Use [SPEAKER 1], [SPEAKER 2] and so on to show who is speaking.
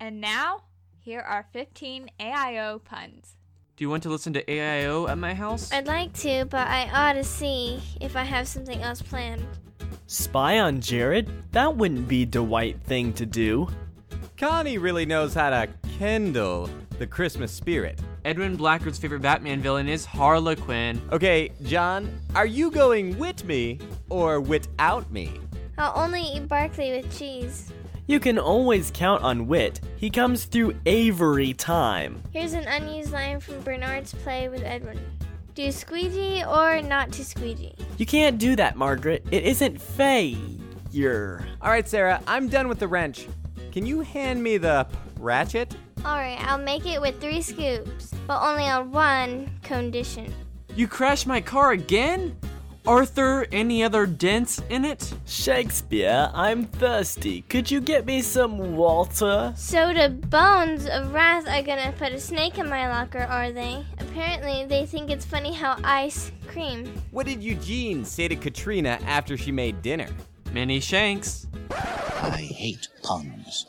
[SPEAKER 1] And now, here are 15 AIO puns.
[SPEAKER 2] Do you want to listen to AIO at my house?
[SPEAKER 3] I'd like to, but I ought to see if I have something else planned.
[SPEAKER 4] Spy on Jared? That wouldn't be the white thing to do.
[SPEAKER 5] Connie really knows how to kindle the Christmas spirit.
[SPEAKER 2] Edwin Blackwood's favorite Batman villain is Harlequin.
[SPEAKER 5] Okay, John, are you going with me or without me?
[SPEAKER 3] I'll only eat Barkley with cheese.
[SPEAKER 4] You can always count on Wit. He comes through every time.
[SPEAKER 3] Here's an unused line from Bernard's play with Edwin Do squeegee or not to squeegee?
[SPEAKER 4] You can't do that, Margaret. It isn't fair.
[SPEAKER 5] All right, Sarah, I'm done with the wrench. Can you hand me the p- ratchet?
[SPEAKER 3] Alright, I'll make it with three scoops, but only on one condition.
[SPEAKER 2] You crashed my car again? Arthur, any other dents in it?
[SPEAKER 4] Shakespeare, I'm thirsty. Could you get me some water?
[SPEAKER 3] So the bones of wrath are gonna put a snake in my locker, are they? Apparently, they think it's funny how ice cream.
[SPEAKER 5] What did Eugene say to Katrina after she made dinner?
[SPEAKER 2] Many shanks.
[SPEAKER 6] I hate puns.